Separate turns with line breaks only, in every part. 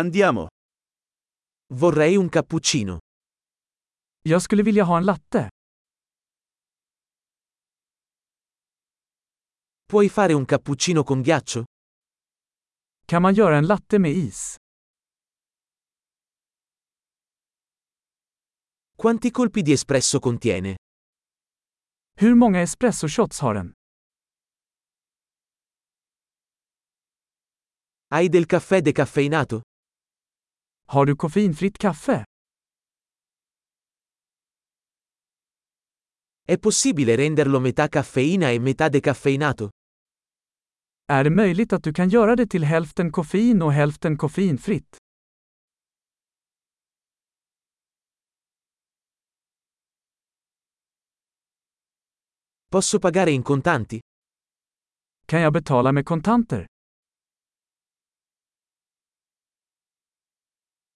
Andiamo. Vorrei un cappuccino.
Jag skulle vilja ha en latte.
Puoi fare un cappuccino con ghiaccio?
Kan man göra en latte med is?
Quanti colpi di espresso contiene?
Hur många espresso shots har den?
Hai del caffè decaffeinato?
Har du koffeinfritt kaffe?
È possibile renderlo metà caffeina e metà decaffeinato?
Är det möjligt att du kan göra det till hälften koffein och hälften koffeinfritt?
Posso pagare in contanti?
Kan jag betala med kontanter?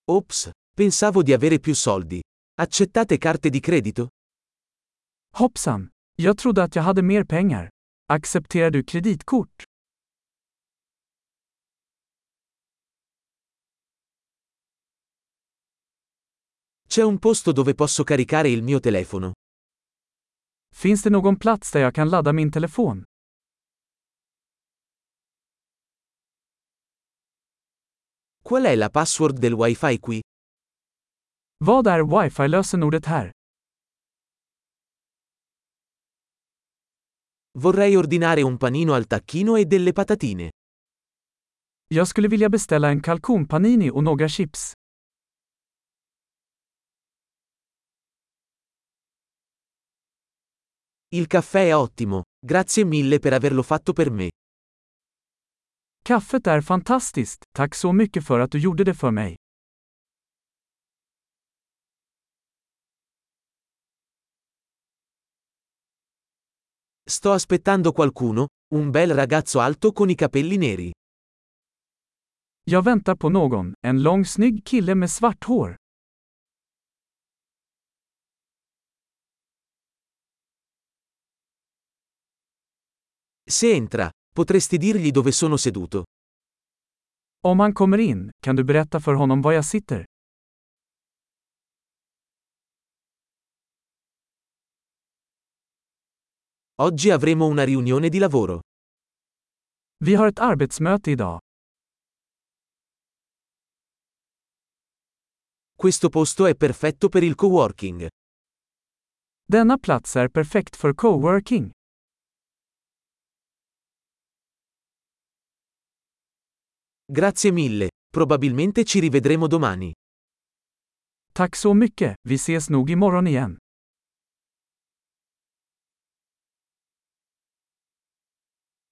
Ops, pensavo di avere più soldi. Accettate carte di credito?
Hoppsan! Jag trodde att jag hade mer pengar. Accepterar du kreditkort?
C'è un posto dove posso caricare il mio telefono.
Finns det någon plats där jag kan ladda min telefon?
Qual è la password del wifi qui?
Vad är wifi-lösenordet här?
Vorrei ordinare un panino al tacchino e delle patatine.
Jag skulle vilja beställa en kalkonpanini och några chips.
Il caffè è ottimo, grazie mille per averlo fatto per me.
Kaffet är fantastiskt, tack så mycket för att du gjorde det för mig.
Sto aspettando qualcuno, un bel ragazzo alto con i capelli neri.
Jag väntar på någon, en lång snygg kille med svart hår.
Se entra, potresti dirgli dove sono seduto.
Om han kommer in, kan du berätta för honom var jag sitter?
Oggi avremo una riunione di lavoro.
Vi har ett arbetsmöte idag.
Questo posto è perfetto per il coworking.
Denna plats är perfekt för coworking.
Grazie mille, probabilmente ci rivedremo domani.
Tack så mycket, vi ses nog imorgon igen.